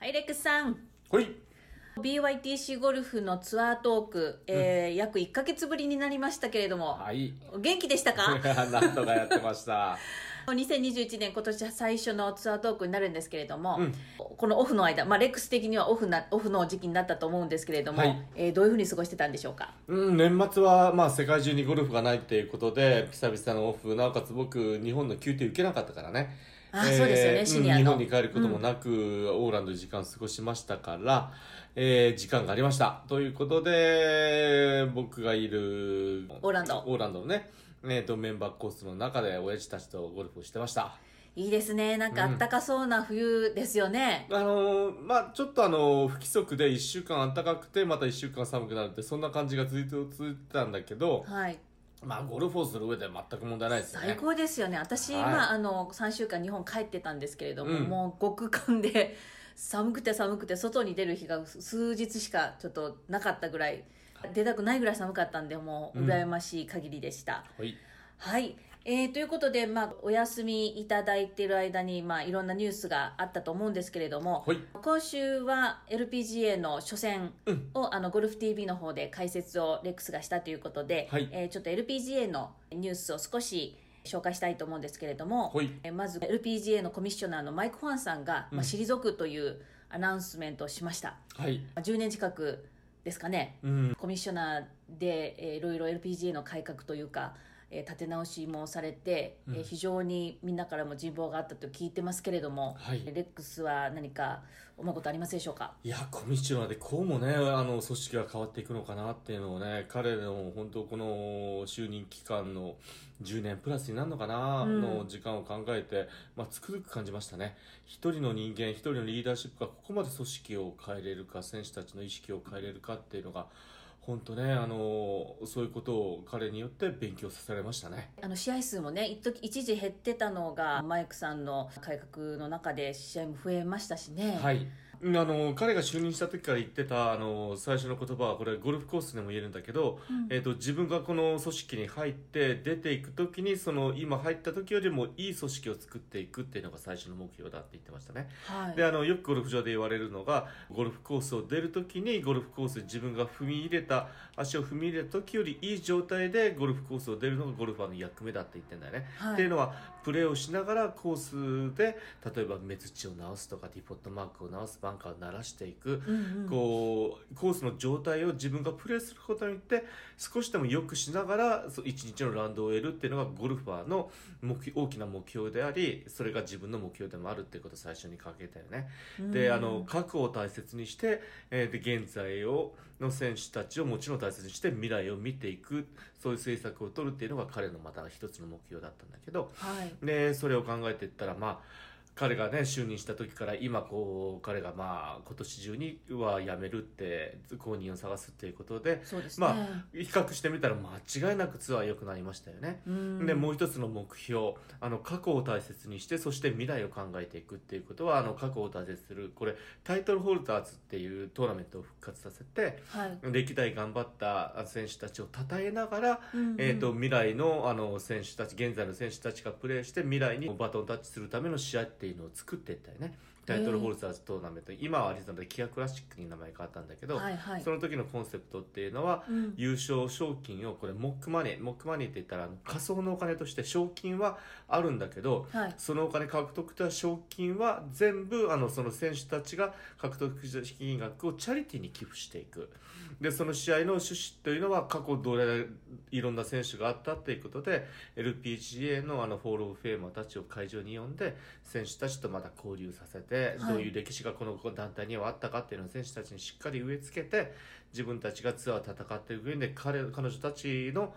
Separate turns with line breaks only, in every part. はい、レックスさん。
ほい
BYTC ゴルフのツアートーク、えー約1ヶ月ぶりになりましたけれども、
はい。
お元気でしたか
なんとかやってました。
2021年今年最初のツアートークになるんですけれども、
うん
このオフの間、まあ、レックス的にはオフなオフの時期になったと思うんですけれども、
はい
えーどういうふうに過ごしてたんでしょうか
うん、年末は、まあ、世界中にゴルフがないっていうことで、久々のオフ、なおかつ僕、日本の休廷受けなかったからね。
あーそうですよね
ん
シニアの
日本に帰ることもなく、オーランドで時間を過ごしましたから、えー、時間がありました。ということで、僕がいる、
オーランド
オーランドのね、えっ、と、メンバーコースの中で、親父たちとゴルフをしてました。
いいですねなんかあったかそうな冬ですよね、
あのーまあちょっとあのー不規則で1週間暖かくてまた1週間寒くなるってそんな感じがずっと続いてたんだけど、
はい
まあゴルフをする上では全く問題ないですよね
最高ですよね私、
はい
まあ、あの3週間日本帰ってたんですけれども、
うん
もう極寒で 寒くて寒くて外に出る日が数日しかちょっとなかったぐらい出たくないぐらい寒かったんでもう
うん
羨ましい限りでした、
はい
はい、えーということで、まあ、お休みいただいている間に、まあ、いろんなニュースがあったと思うんですけれども、
はい
今週は LPGA の初戦を、あのゴルフ TV の方で解説をレックスがしたということで、
はい
えーちょっと LPGA のニュースを少し紹介したいと思うんですけれども、
はい
えーまず LPGA のコミッショナーのマイク・ホアンさんが、まあ、退くというアナウンスメントをしました、
はい
まあ10年近くですかね、
うん
コミッショナーで、えーいろいろ LPGA の改革というか、えー立て直しもされて、えー非常にみんなからも人望があったと聞いてますけれども、
はい
レックスは何か思うことありますでしょうか
いやコミッショナーでこうもねあの組織が変わっていくのかなっていうのをね彼の本当この就任期間の10年プラスになるのかな、
うん
の時間を考えて、まあ、つくづく感じましたね一人の人間一人のリーダーシップがここまで組織を変えれるか選手たちの意識を変えれるかっていうのが本当ねあのそういうことを彼によって勉強させられましたね。
あの試合数もね一時一時減ってたのがマイクさんの改革の中で試合も増えましたしね、
はい、うんあの彼が就任した時から言ってたあの最初の言葉はこれゴルフコースでも言えるんだけど、えー、と自分がこの組織に入って出ていく時にその今入った時よりもいい組織を作っていくっていうのが最初の目標だって言ってましたね。
はい
であのよくゴルフ場で言われるのがゴルフコースを出る時にゴルフコースに自分が踏み入れた足を踏み入れた時よりいい状態でゴルフコースを出るのがゴルファーの役目だって言ってんだよね。
はい
っていうのはプレーをしながらコースで例えば目槌を直すとかディポットマークを直すバンカーを鳴らしていく、
うんうん
こうコースの状態を自分がプレーすることによって少しでも良くしながらそう一日のラウンドを得るっていうのがゴルファーの目標大きな目標でありそれが自分の目標でもあるっていうことを最初に掲げたよね。で
うん
あの核を大切にして、えーで現在をの選手たちをもちろん大切にして未来を見ていくそういう政策を取るっていうのが彼のまた一つの目標だったんだけど、
はい
でそれを考えていったらまあ彼がね就任した時から今こう彼がまあ今年中には辞めるって後任を探すっていうことで
そうですね、
まあ比較してみたら間違いなくツアー良くなりましたよね。
うん
でもう一つの目標あの過去を大切にしてそして未来を考えていくっていうことはあの過去を大切にするこれタイトルホルダーズっていうトーナメントを復活させて
はい
歴代頑張った選手たちを称えながら
うんうん
えー、と未来のあの選手たち現在の選手たちがプレーして未来にバトンタッチするための試合っていうのを作っていったよねタイトルホルダーズトーナメント、今はアリゾナでキアクラシックに名前変わったんだけど、
はいはい
その時のコンセプトっていうのは、
うん
優勝賞金をこれモックマネーモックマネーって言ったらあの仮想のお金として賞金はあるんだけど、
はい
そのお金獲得した賞金は全部あのその選手たちが獲得した資金額をチャリティーに寄付していくでその試合の趣旨というのは過去どれいろんな選手があったということで LPGA のあのフォール・オブ・フェーマーたちを会場に呼んで選手たちとまた交流させて、
はい
どういう歴史がこの団体にはあったかっていうのを選手たちにしっかり植え付けて自分たちがツアーを戦っていく上で彼彼女たちの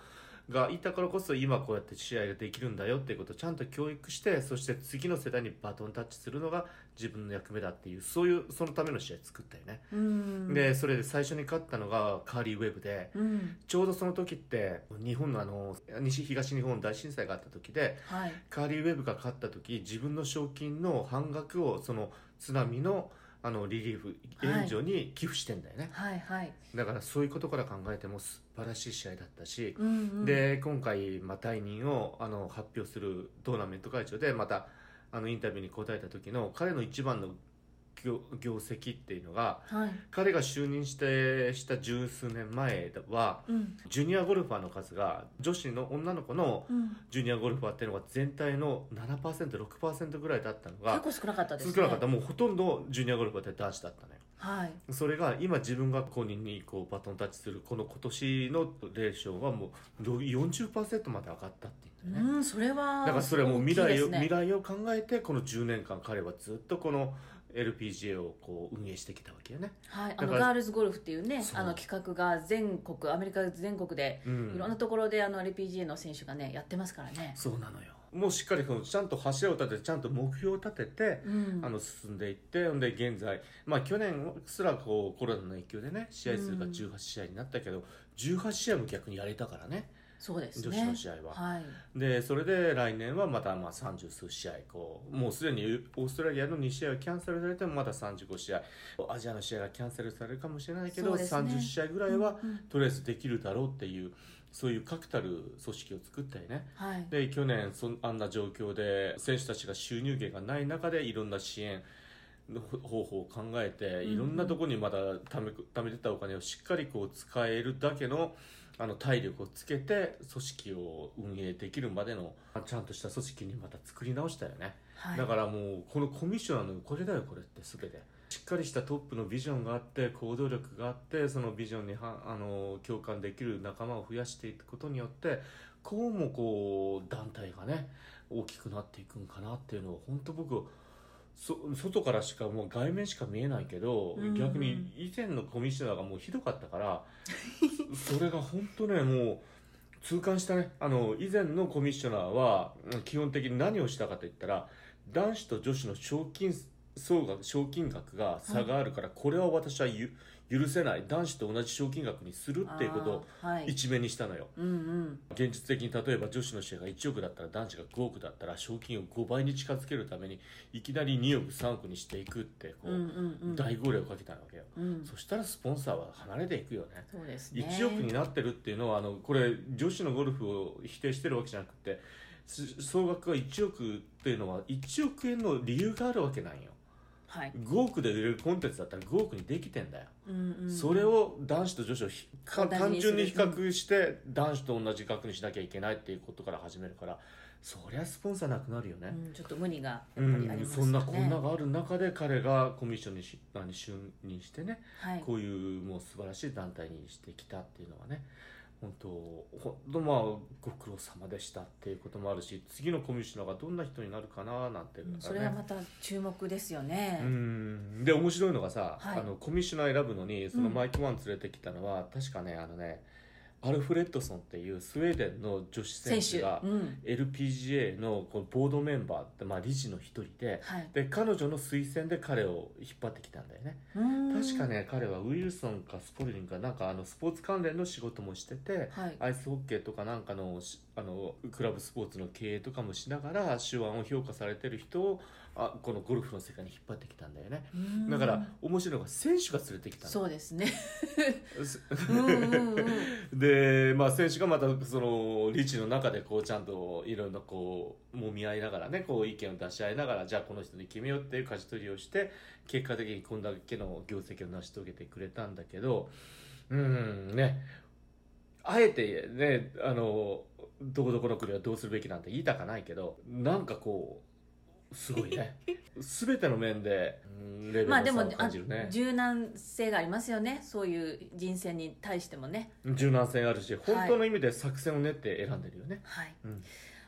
がいたからこそ今こうやって試合ができるんだよっていうことをちゃんと教育してそして次の世代にバトンタッチするのが自分の役目だっていうそういうそのための試合作ったよね、
うん
でそれで最初に勝ったのがカーリーウェブで
うん
ちょうどその時って日本のあの西東日本大震災があった時で
はい
カーリーウェブが勝った時自分の賞金の半額をその津波のあのリリーフ援助に寄付してんだよね、
はいはい
だからそういうことから考えても素晴らしい試合だったし、
うんうん
で今回、まあ、退任をあの発表するトーナメント会長でまたあのインタビューに答えた時の彼の一番の業業績っていうのが
はい。
彼が就任してした十数年前は
うん。
ジュニアゴルファーの数が女子の女の子の
うん。
ジュニアゴルファーっていうのが全体の 7%6% ぐらいだったの
結
が
構少なかったですね。
少なかったもうほとんどジュニアゴルファーって男子だったね
はい。
それが今自分が後任にこうバトンタッチするこの今年のレーションはもう40%まで上がったっていうんだよね
うん、それは。
だからそれはもう未
大きい
来
で
を、
すね
未来を考えてこの10年間彼はずっとこの LPGA をこう運営してきたわけよね、
はい、あ
だ
の
から
ガールズゴルフっていうね
そう
あの企画が全国アメリカ全国で
うん
いろんなところであの LPGA の選手がねやってますからね、
そうなのよもうしっかりこのちゃんと柱を立ててちゃんと目標を立てて、
うん、
あの進んでいってほんで現在、まあ、去年すらこうコロナの影響でね試合数が18試合になったけど、18試合も逆にやれたからね
そうです
女
ね
子の試合は。
はい、
でそれで来年はまたまあ30数試合こうもうすでにオーストラリアの2試合はキャンセルされてもまだ35試合アジアの試合がキャンセルされるかもしれないけど、
そうですね
30試合ぐらいは
うんうん
とりあえずできるだろうっていうそういう確たる組織を作ったりね
はい、
で去年そんあんな状況で選手たちが収入源がない中でいろんな支援の方法を考えて
うん
いろんなところにまだ貯め貯めてたお金をしっかりこう使えるだけのあの体力をつけて組織を運営できるまでのちゃんとした組織にまた作り直したよね、
はい、
だからもうこのコミッショナーのこれだよこれって全てしっかりしたトップのビジョンがあって行動力があってそのビジョンにはあの共感できる仲間を増やしていくことによってこうもこう団体がね大きくなっていくんかなっていうのを本当僕そ外からしかもう外面しか見えないけど、
うん
逆に以前のコミッショナーがもうひどかったから それが本当ねもう痛感したねあの以前のコミッショナーはうん基本的に何をしたかといったら男子と女子の賞金総額賞金額が差があるから、これは私はゆ許せない男子と同じ賞金額にするっていうことを
あーはい、
一面にしたのよ
うんうん
現実的に例えば女子の試合が1億だったら男子が5億だったら賞金を5倍に近づけるためにいきなり2億3億にしていくってこ
うん
う、
うんうん
大号令をかけたわけよ、
うん
そしたらスポンサーは離れていくよね
そうですね
1億になってるっていうのはあのこれ女子のゴルフを否定してるわけじゃなくてす総額が1億っていうのは1億円の理由があるわけなんよ
はい、
5億で売れるコンテンツだったら5億にできてんだよ、
うんうん、
それを男子と女子をひか
同じ
単
にする
純に比較して男子と同じ額にしなきゃいけないっていうことから始めるからそりゃスポンサーなくなるよ
う
ね、
ん、ちょっと無理が
う
やっぱりあり
ん、
ます
そ
よね
んなこんながある中で彼がコミッションにしあに就任してね
はい
こういうもう素晴らしい団体にしてきたっていうのはね本当本当まあご苦労様でしたっていうこともあるし次のコミッショナーがどんな人になるかななんて、
うん
ね
それはまた注目ですよね、
うんで面白いのがさ、
はい
あのコミッショナー選ぶのにそのマイク・ワン連れてきたのは、確かねあのねアルフレッドソンっていうスウェーデンの女子選
選
手
手
が
うん、
LPGA のこのボードメンバーって、まあ、理事の一人で
はい
で彼女の推薦で彼を引っ張ってきたんだよね
確
確かね彼はウィルソンかスポルリンかなんかあのスポーツ関連の仕事もしてて
はい
アイスホッケーとかなんかのしあのクラブスポーツの経営とかもしながら手腕を評価されてる人をあこのゴルフの世界に引っ張ってきたんだよね
うん
だから面白いのが選手が連れてきた の
そうですね
す
うんうんうん
で、まあ、選手がまたそのリーチの中でこうちゃんといろんなこう揉み合いながらねこう意見を出し合いながらじゃあこの人に決めようっていう舵取りをして結果的にこんだけの業績を成し遂げてくれたんだけどうんねあえてねあのどこどこの国はどうするべきなんて言いたかないけどなんかこうすごいね全ての面でうんレベル
まあ
の
でも
差を感じるね
あ、柔軟性がありますよねそういう人生に対してもね
柔軟性があるし本当の意味で作戦を練って選んでるよね。
はい
うん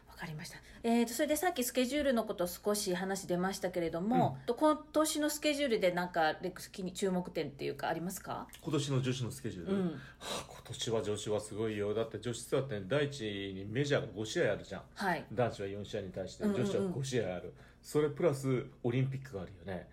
わかりました、えー、とそれでさっきスケジュールのこと少し話出ましたけれども、と今年のスケジュールでなんかレックス気に注目点っていうかありますか、
今年の女子のスケジュー
う
ル、は
ん、
あ今年は女子はすごいよだって女子ツアーって第一にメジャーが5試合あるじゃん
はい
男子は4試合に対して
うん
女
うんうん
子は5試合ある、それプラスオリンピックがあるよね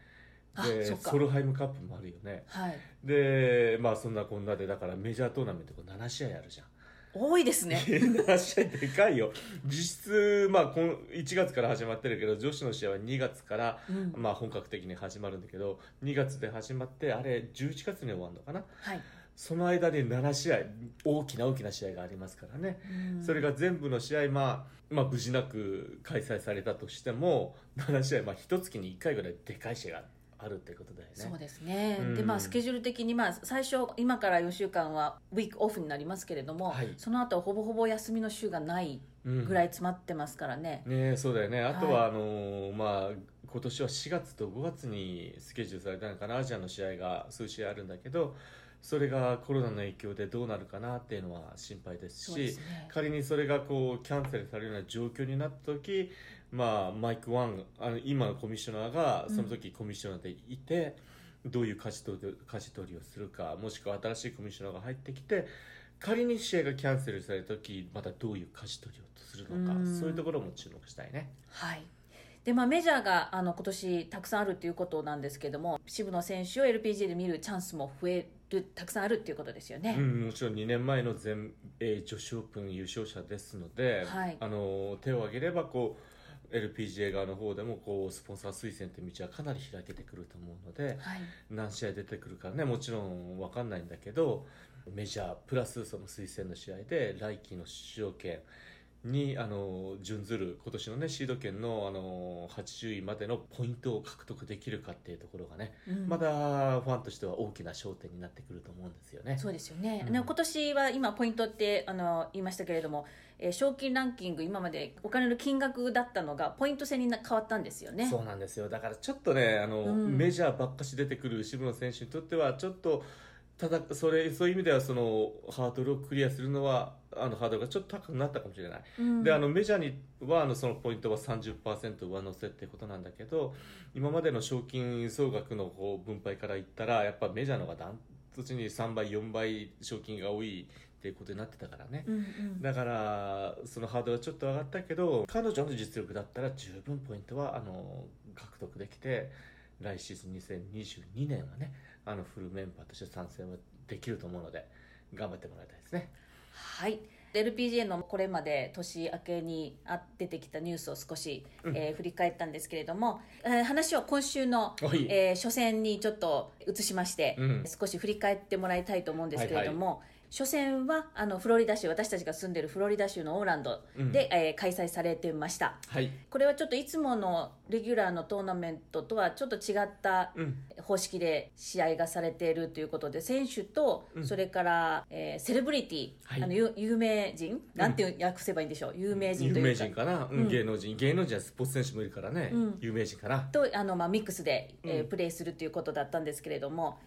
あそ
で
っか
ソルハイムカップもあるよね
はい
でまあそんなこんなでだからメジャートーナメントが7試合あるじゃん
多いです ね
7試合でかいよ実質まあこの1月から始まってるけど女子の試合は2月から
うん
まあ本格的に始まるんだけど2月で始まってあれ11月に終わるのかな
はい、
その間に7試合大きな大きな試合がありますからね、
うん
それが全部の試合、まあ、まあ無事なく開催されたとしても7試合、まあ一月に1回ぐらいでかい試合があるってことだよね。
そうですね、
うん
でまあスケジュール的に、まあ、最初今から4週間はウィークオフになりますけれども、
はい
その後ほぼほぼ休みの週がない
うん
ぐらい詰まってますからね、
ねえそうだよねあとは、
は
あのーまあ、今年は4月と5月にスケジュールされたのかなアジアの試合が数試合あるんだけどそれがコロナの影響でどうなるかなっていうのは心配です
そう
し
ですね
仮にそれがこうキャンセルされるような状況になった時、まあ、マイク・ワンあの今のコミッショナーがその時コミッショナーでいて、どういう舵取り舵取りをするかもしくは新しいコミッショナーが入ってきて仮に試合がキャンセルされた時またどういう舵取りをするのか
うん
そういうところも注目したいね。
はいでまあ、メジャーがあの今年たくさんあるということなんですけども渋野選手を LPG で見るチャンスも増えるたくさんあるっていうことですよね。
うん、もちろん2年前の全米女子オープン優勝者ですので、
はい
あの手を挙げればこう LPGA 側の方でもこうスポンサー推薦って道はかなり開けてくると思うので
はい
何試合出てくるかねもちろん分かんないんだけどメジャープラスその推薦の試合で来季の出場権にあの準ずる今年の、ね、シード権のあの80位までのポイントを獲得できるかっていうところがね、
うん
まだファンとしては大きな焦点になってくると思うんですよね。
そうですよね、
うん
でも今年は今ポイントってあの言いましたけれども、えー賞金ランキング今までお金の金額だったのがポイント制にな変わったんですよね
そうなんですよだからちょっとねあの、
うん
メジャーばっかし出てくる渋野選手にとってはちょっとただそれそういう意味ではそのハードルをクリアするのはあのハードルがちょっと高くなったかもしれない、
うん
であのメジャーにはあのそのポイントは30%上乗せってことなんだけど今までの賞金総額のこう分配から言ったらやっぱメジャーの方がダントツに3倍4倍賞金が多いっていうことになってたからね、
うんうん
だからそのハードルはちょっと上がったけど彼女の実力だったら十分ポイントはあの獲得できて来シーズン2022年はねあのフルメンバーとして参戦はできると思うので頑張ってもらいたいですね。
はいで LPGA のこれまで年明けにあ出てきたニュースを少し、
うん
えー振り返ったんですけれども、えー話を今週の、
はい
えー初戦にちょっと移しまして、
うん
少し振り返ってもらいたいと思うんですけれども、初戦はあのフロリダ州私たちが住んでるフロリダ州のオーランドで、えー開催されてました
はい、
これはちょっといつものレギュラーのトーナメントとはちょっと違った
うん
方式で試合がされているということで選手と
うん
それから、えーセレブリティ、
はい
あの有有名人なんて訳せばいいんでしょう有名人と
有
い
名
うか
人かな、うん
うん
芸能人芸能人はスポーツ選手もいるからね、
うん
有名人かな
とあの、まあ、ミックスで、えー
うん
プレーするということだったんですけれども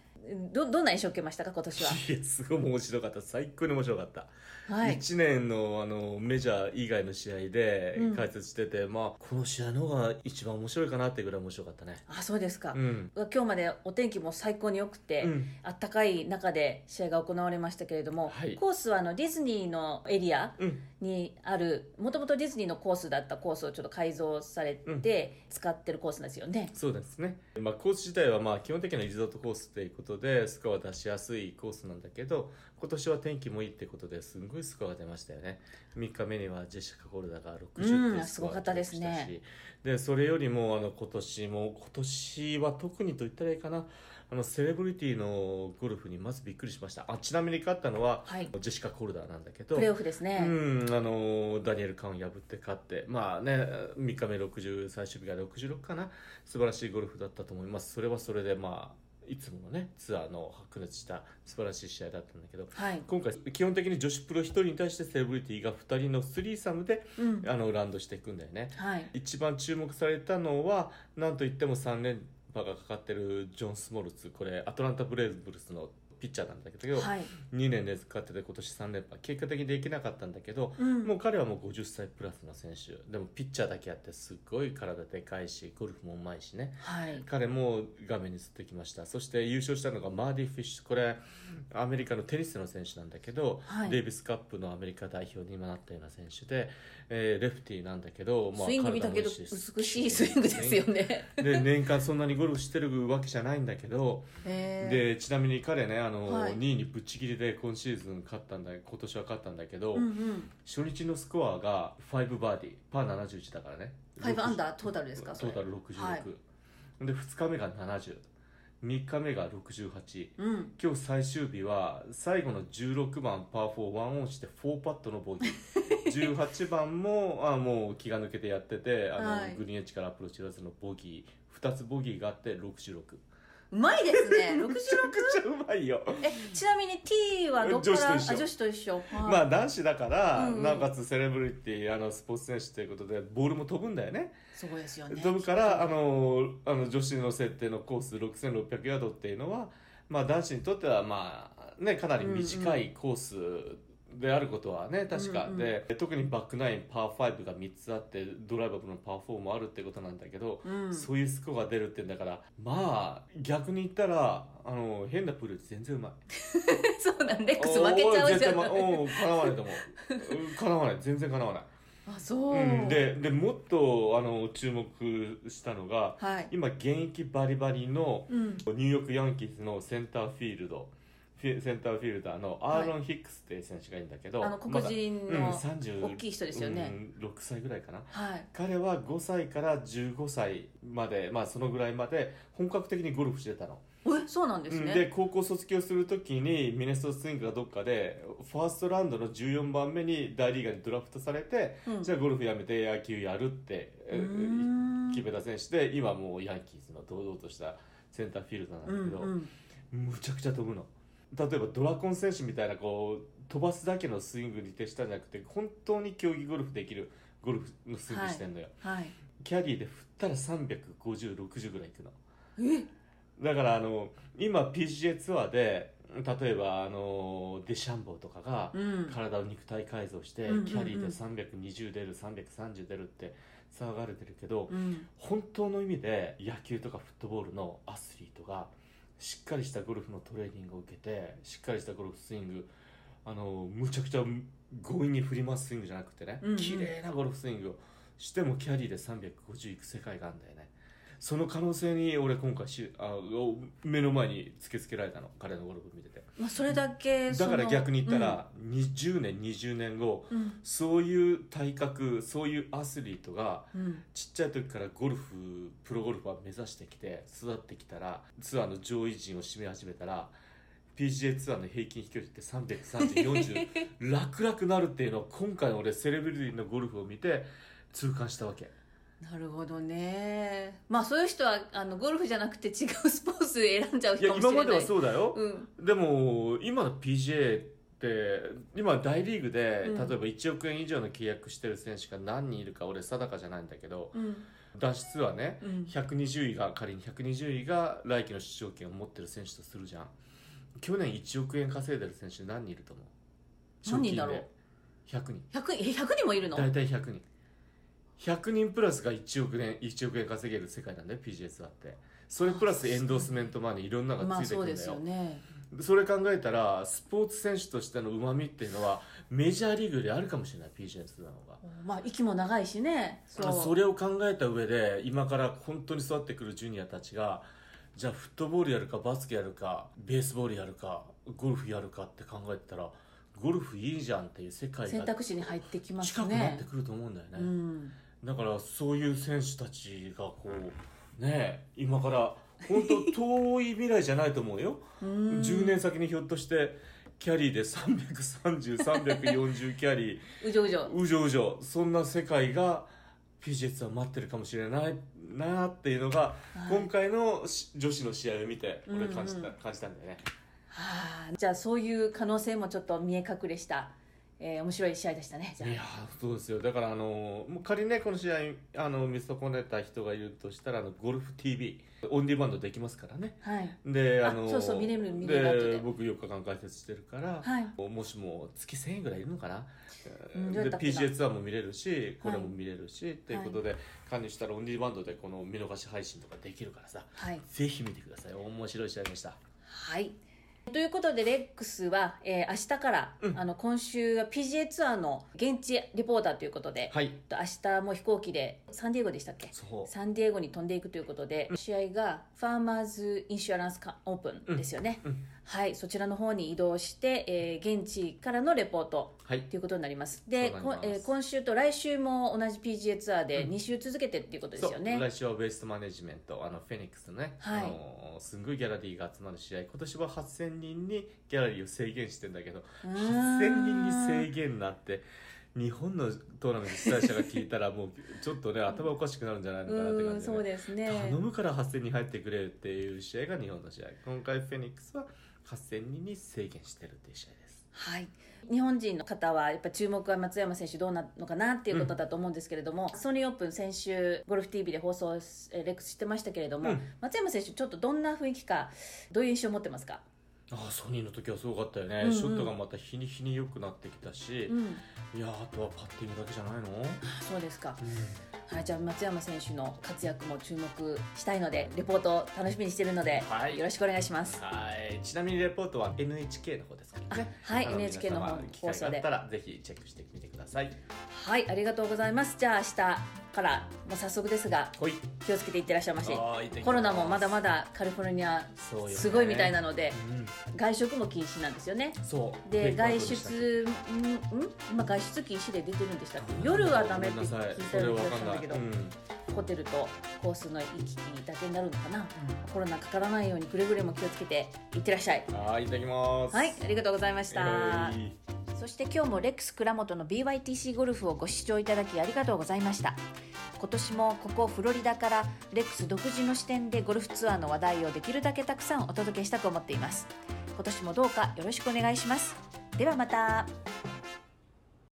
どどんな印象を受けましたか今年は。
いやすごい面白かった最高に面白かった
はい
1年のあのメジャー以外の試合で
うん
解説してて、まあ、この試合の方が一番面白いかなってぐらい面白かったね。
あそうですか、
うん
今日までお天気も最高に良くて、
うん
あったかい中で試合が行われましたけれども、
はい
コースはあのディズニーのエリア
うん
にあるもともとディズニーのコースだったコースをちょっと改造されて使ってるコースなんですよね。
そうですね、まあ、コース自体はまあ基本的にはリゾートコースということでスコアを出しやすいコースなんだけど今年は天気もいいってことですんごいスコアが出ましたよね3日目にはジェシカ・コルダが60って
うん
いうスコアが出まし
すごかったですね
でそれよりもあの今年も今年は特にと言ったらいいかなあのセレブリティのゴルフにまずびっくりしましたあちなみに勝ったのは
はい、
ジェシカ・コルダなんだけど
プレーオフですね、
うん、あのダニエル・カウン破って勝って、まあね、3日目60、最終日が66かな、素晴らしいゴルフだったと思います、それはそれで、まあ、いつものね、ツアーの白熱した素晴らしい試合だったんだけど、
はい、
今回、基本的に女子プロ1人に対してセレブリティが2人のスリーサムで
うん、
あのラウンドしていくんだよね。
はい、
一番注目されたのは、なんといっても3連覇がかかってるジョン・スモルツ、これ、アトランタ・ブレイブルスのピッチャーなんだけど、
はい、
2年連続勝ってて今年3連覇結果的にできなかったんだけど、
うん
もう彼はもう50歳プラスの選手でもピッチャーだけあってすっごい体でかいしゴルフもうまいしね
はい、
彼も画面に映ってきましたそして優勝したのがマーディ・フィッシュこれアメリカのテニスの選手なんだけど、
はい
デイビスカップのアメリカ代表に今なったような選手で、えーレフティーなんだけど、
スイング見たけど
体もいいし
美しいスイングですよね。
で年間そんなにゴルフしてるわけじゃないんだけど
えー
でちなみに彼ねあ
はい
の、2位にぶっちぎりで今シーズン勝ったんだ今年は勝ったんだけど、
うんうん、
初日のスコアが5バーディーパー71だからね
5アンダー
60
トータルですかそ
ト
れ
ータル66、
はい
で2日目が70 3日目が68
うん
今日最終日は最後の16番パー4ワンオンして4パットのボギ ー18番もあもう気が抜けてやっててあの、
はい
グリーンエッジからアプローチ知らずのボギー2つボギーがあって66
うまいです ね
め
60
ちゃくちゃうまいよ
えちなみに T はどっから
女子と一緒
あ女子と一緒、はい
まあ男子だから、
うんうん
なおかつセレブリティあのスポーツ選手ということでボールも飛ぶんだよね
そうですよね
飛ぶからあのあの女子の設定のコース6600ヤードっていうのは、まあ、男子にとっては、まあね、かなり短いコースであることはね、確か、
うんうん
で特にバックナインパー5が3つあってドライバブルのパー4もあるってことなんだけど、
うん
そういうスコアが出るってんだからまあ逆に言ったらあの変なプール全然うまい。
そうなんレックス負けちゃうじゃん
おー絶対まおー叶わないと思ううん叶わない全然叶わない、
あそう、
うん、ででもっとあの注目したのが
はい、
今現役バリバリの
うん、
ニューヨーク・ヤンキースのセンターフィールドフィセンターフィールダーのアーロン・ヒックスっていう選手がいるんだけど、
あの黒人
まだ、うん、
の
30
大きい人ですよね、
うん、6歳ぐらいかな
はい
彼は5歳から15歳までまあそのぐらいまで本格的にゴルフしてたの
えそうなんです
うん
ね、
で高校卒業するときにミネソタスイングがどっかでファーストラウンドの14番目に大リーガーにドラフトされて、
うん
じゃあゴルフやめて野球やるって、え
うーん
決めた選手で今もうヤンキースの堂々としたセンターフィールダーなんだけど、
うん
むちゃくちゃ飛ぶの例えばドラコン選手みたいなこう飛ばすだけのスイングに徹したんじゃなくて本当に競技ゴルフできるゴルフのスイングしてんのよ、
うん、はい
キャリーで振ったら35060ぐらいいくの
え
だからあの今 PGA ツアーで例えばあのデシャンボーとかが
うん
体を肉体改造して、
うんうんうん
キャリーで320出る330出るって騒がれてるけど、
うん
本当の意味で野球とかフットボールのアスリートがしっかりしたゴルフのトレーニングを受けてしっかりしたゴルフスイングあのむちゃくちゃ強引に振りますスイングじゃなくてね、
うんうん
綺麗なゴルフスイングをしてもキャリーで350いく世界があるんだよねその可能性に俺今回しあお目の前に突きつけられたの彼のゴルフ見てて
まあ、それだけ
だから逆に言った、
その
ら、20年20年後
うん
そういう体格そういうアスリートが
うん
ちっちゃい時からゴルフプロゴルファー目指してきて育ってきたらツアーの上位陣を占め始めたら PGA ツアーの平均飛距離って33040 楽々なるっていうのを今回の俺セレブリティのゴルフを見て痛感し たわけ
なるほどねまあそういう人はあのゴルフじゃなくて違うスポーツ選んじゃう
い
人
や
かもしれない
今まではそうだよ、
うん
でも今の PGA って今大リーグで、
うん
例えば1億円以上の契約してる選手が何人いるか俺定かじゃないんだけど
うん
男子ツアーね、
うん
120位が仮に120位が来季の出場権を持ってる選手とするじゃん去年1億円稼いでる選手何人いると思う
何人だろう
賞金で
100, え100人もいる
100人
の
大体100人100人プラスが1億円1億円稼げる世界なんだよ PGS だってそれプラスエンドースメントマネーいろんなの
ま
が
あ
ついて
そ
く
うん
だ
で
よ,、
す
そ
よね
れ考えたらスポーツ選手としてのうまみっていうのはメジャーリーグよりあるかもしれない PGS なのが
まあ息も長いしねそう
それを考えた上で今から本当に育ってくるジュニアたちがじゃあフットボールやるかバスケやるかベースボールやるかゴルフやるかって考えてたらゴルフいいじゃんっていう世界
選
が
択肢に入ってきますね
近くなってくると思うんだよね
うん
だからそういう選手たちがこうねえ今から本当遠い未来じゃないと思うよ
うん
10年先にひょっとしてキャリーで330340キャリー
うじょうじょ
うじょうじょそんな世界が PGS は待ってるかもしれないなっていうのが、今回のし女子の試合を見て俺感じた,、
うんうん
感じたんだよね
はあじゃあそういう可能性もちょっと見え隠れした、えー面白い試合でしたねじゃ
いやーそうですよだからあのーもう仮にねこの試合あの見損ねた人がいるとしたらあのゴルフ TV オンディバンドできますからね
あはい
で
あ
あのー
そうそう見れる見れる後で
で僕4日間解説してるから、
はい
もしも月1000円ぐらいいるのかな、
うんどうや
で
ったっけな
PGA ツアーも見れるしこれも見れるし、ということで加入したらオンリーバンドでこの見逃し配信とかできるからさ
はい
ぜひ見てください面白い試合でした
はい。ということで、レックスは、えー明日から、あの、今週は PGA ツアーの現地レポーターということで、
はい
明日も飛行機で、サンディエゴでしたっけ
そう
サンディエゴに飛んでいくということで、試合がファーマーズ・インシュアランスカオープンですよね。はい、そちらの方に移動して、えー現地からのレポート
はい
ということになります。で、
そう
こ
なります
えー今週と来週も同じ PGA ツアーで
うん
2週続けてっていうことですよ
そう
ね。
来週はウェストマネジメントあのフェニックスのね、
はい
あのすんごいギャラリーが集まる試合今年は8000人にギャラリーを制限してんだけど
うーん
8000人に制限になって日本のトーナメント主催者が聞いたらもうちょっとね頭おかしくなるんじゃないのかなって
う
感
ん、
じで
そ
ね、
うですね。
頼むから8000人入ってくれっていう試合が日本の試合今回フェニックスは8000人に制限してるっていう試合です
はい、日本人の方はやっぱ注目は松山選手どうなるのかなっていうことだと思うんですけれども、ソニーオープン先週ゴルフ TV で放送しえーレックスしてましたけれども、
うん
松山選手ちょっとどんな雰囲気かどういう印象を持ってますか、
ああソニーの時はすごかったよね、
うんうん
ショットがまた日に日に良くなってきたし、
うん、
いやーあとはパッティングだけじゃないの、
そうですか、はい、じゃあ松山選手の活躍も注目したいのでレポートを楽しみにしてるので、
はい
よろしくお願いします。
はいちなみにレポートは NHK の方ですからね
あはい
あの
NHK の方
皆様機
放
会が
送
あ
で
ったらぜひチェックしてみてください
はい、ありがとうございます。じゃあ明日からもう早速ですが
ほい
気をつけていってらっしゃいまし。
はい
コロナもまだまだカリフォルニア
そうよね
すごいみたいなので、
うん
外食も禁止なんですよね
そう
で外
っ
出んん今外出禁止で出てるんでしたっけ夜はダメって聞いたような気がしたんだけど、ホテルとコースの行き来だけになるのかなコロナかからないようにくれぐれも気をつけていってらっしゃい
はいいただきます
はいありがとうございました、
えー
そして今日もレックス倉本の BYTC ゴルフをご視聴いただきありがとうございました今年もここフロリダからレックス独自の視点でゴルフツアーの話題をできるだけたくさんお届けしたく思っています今年もどうかよろしくお願いしますではまた